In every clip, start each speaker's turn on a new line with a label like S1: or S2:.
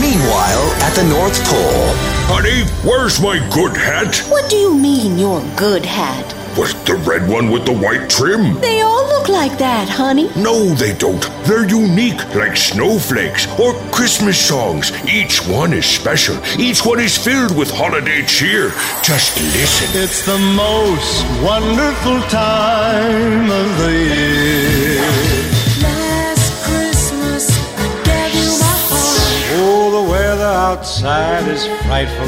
S1: Meanwhile, at the North Pole,
S2: Honey, where's my good hat?
S3: What do you mean, your good hat?
S2: Was the red one with the white trim?
S3: They all look like that, honey.
S2: No, they don't. They're unique, like snowflakes or Christmas songs. Each one is special. Each one is filled with holiday cheer. Just listen.
S4: It's the most wonderful time of the year.
S5: Last Christmas, I gave you my heart.
S4: Oh, the weather outside is frightful,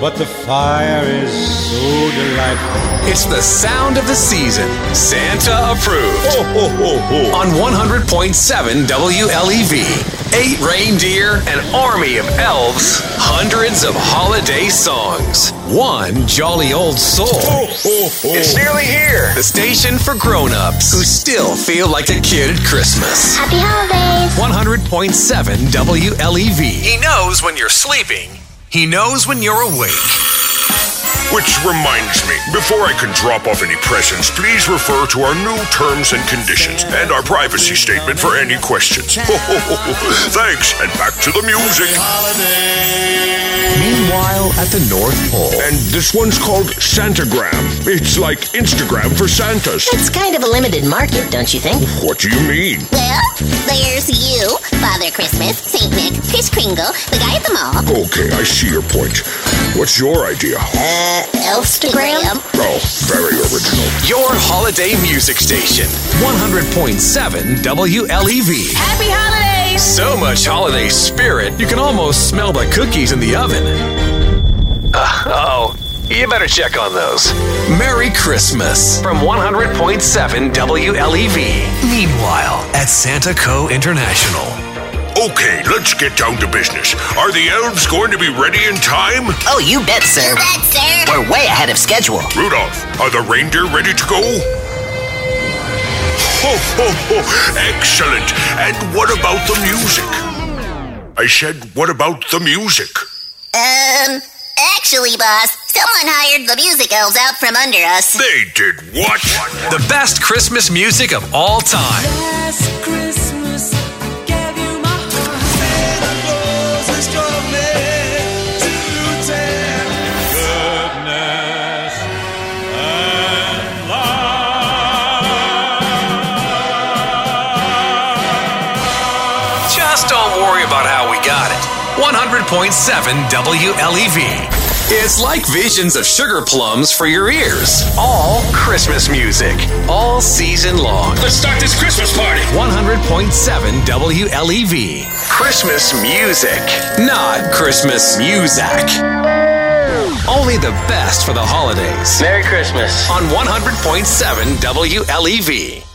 S4: but the fire is so delightful.
S6: It's the sound of the season. Santa approved.
S2: Ho, ho, ho, ho.
S6: On 100.7 WLEV. E Eight reindeer, an army of elves, hundreds of holiday songs, one jolly old soul.
S2: Ho, ho, ho.
S6: It's nearly here. The station for grown-ups who still feel like a kid at Christmas.
S7: Happy holidays!
S6: 100.7 WLEV. E He knows when you're sleeping. He knows when you're awake.
S2: Which reminds me, before I can drop off any presents, please refer to our new terms and conditions and our privacy statement for any questions. Ho, ho, ho, ho. Thanks, and back to the music.
S6: Meanwhile, at the North Pole.
S2: And this one's called Santagram. It's like Instagram for Santas.
S7: It's kind of a limited market, don't you think?
S2: What do you mean?
S7: Well, there's you, Father Christmas, St. Nick, Kris Kringle, the guy at the mall,
S2: Okay, I see your point. What's your idea?
S7: uh, Elfstagram.
S2: Oh, very original.
S6: Your holiday music station. 100.7 WLEV.
S3: Happy holidays!
S6: E So much holiday spirit, you can almost smell the cookies in the oven. Uh, oh, you better check on those. Merry Christmas from 100.7 WLEV. E Meanwhile, at Santa Co. International.
S2: Okay, let's get down to business. Are the elves going to be ready in time?
S8: Oh, you bet, sir.
S7: That, sir.
S8: We're way ahead of schedule.
S2: Rudolph, are the reindeer ready to go? Ho, ho, ho! Excellent! And what about the music? I said, what about the music?
S7: Um, actually, boss, someone hired the music elves out from under us.
S2: They did what?
S6: The best Christmas music of all time.
S5: Last Christmas, I gave you my heart.
S4: Goodness and
S6: Just don't worry about how we got it. 100.7 WLEV. E It's like visions of sugar plums for your ears. All Christmas music, all season long.
S9: Let's start this Christmas party.
S6: 100.7 WLEV. E Christmas music, not Christmas music. Only the best for the holidays
S9: Merry Christmas.
S6: E on 100.7 WLEV.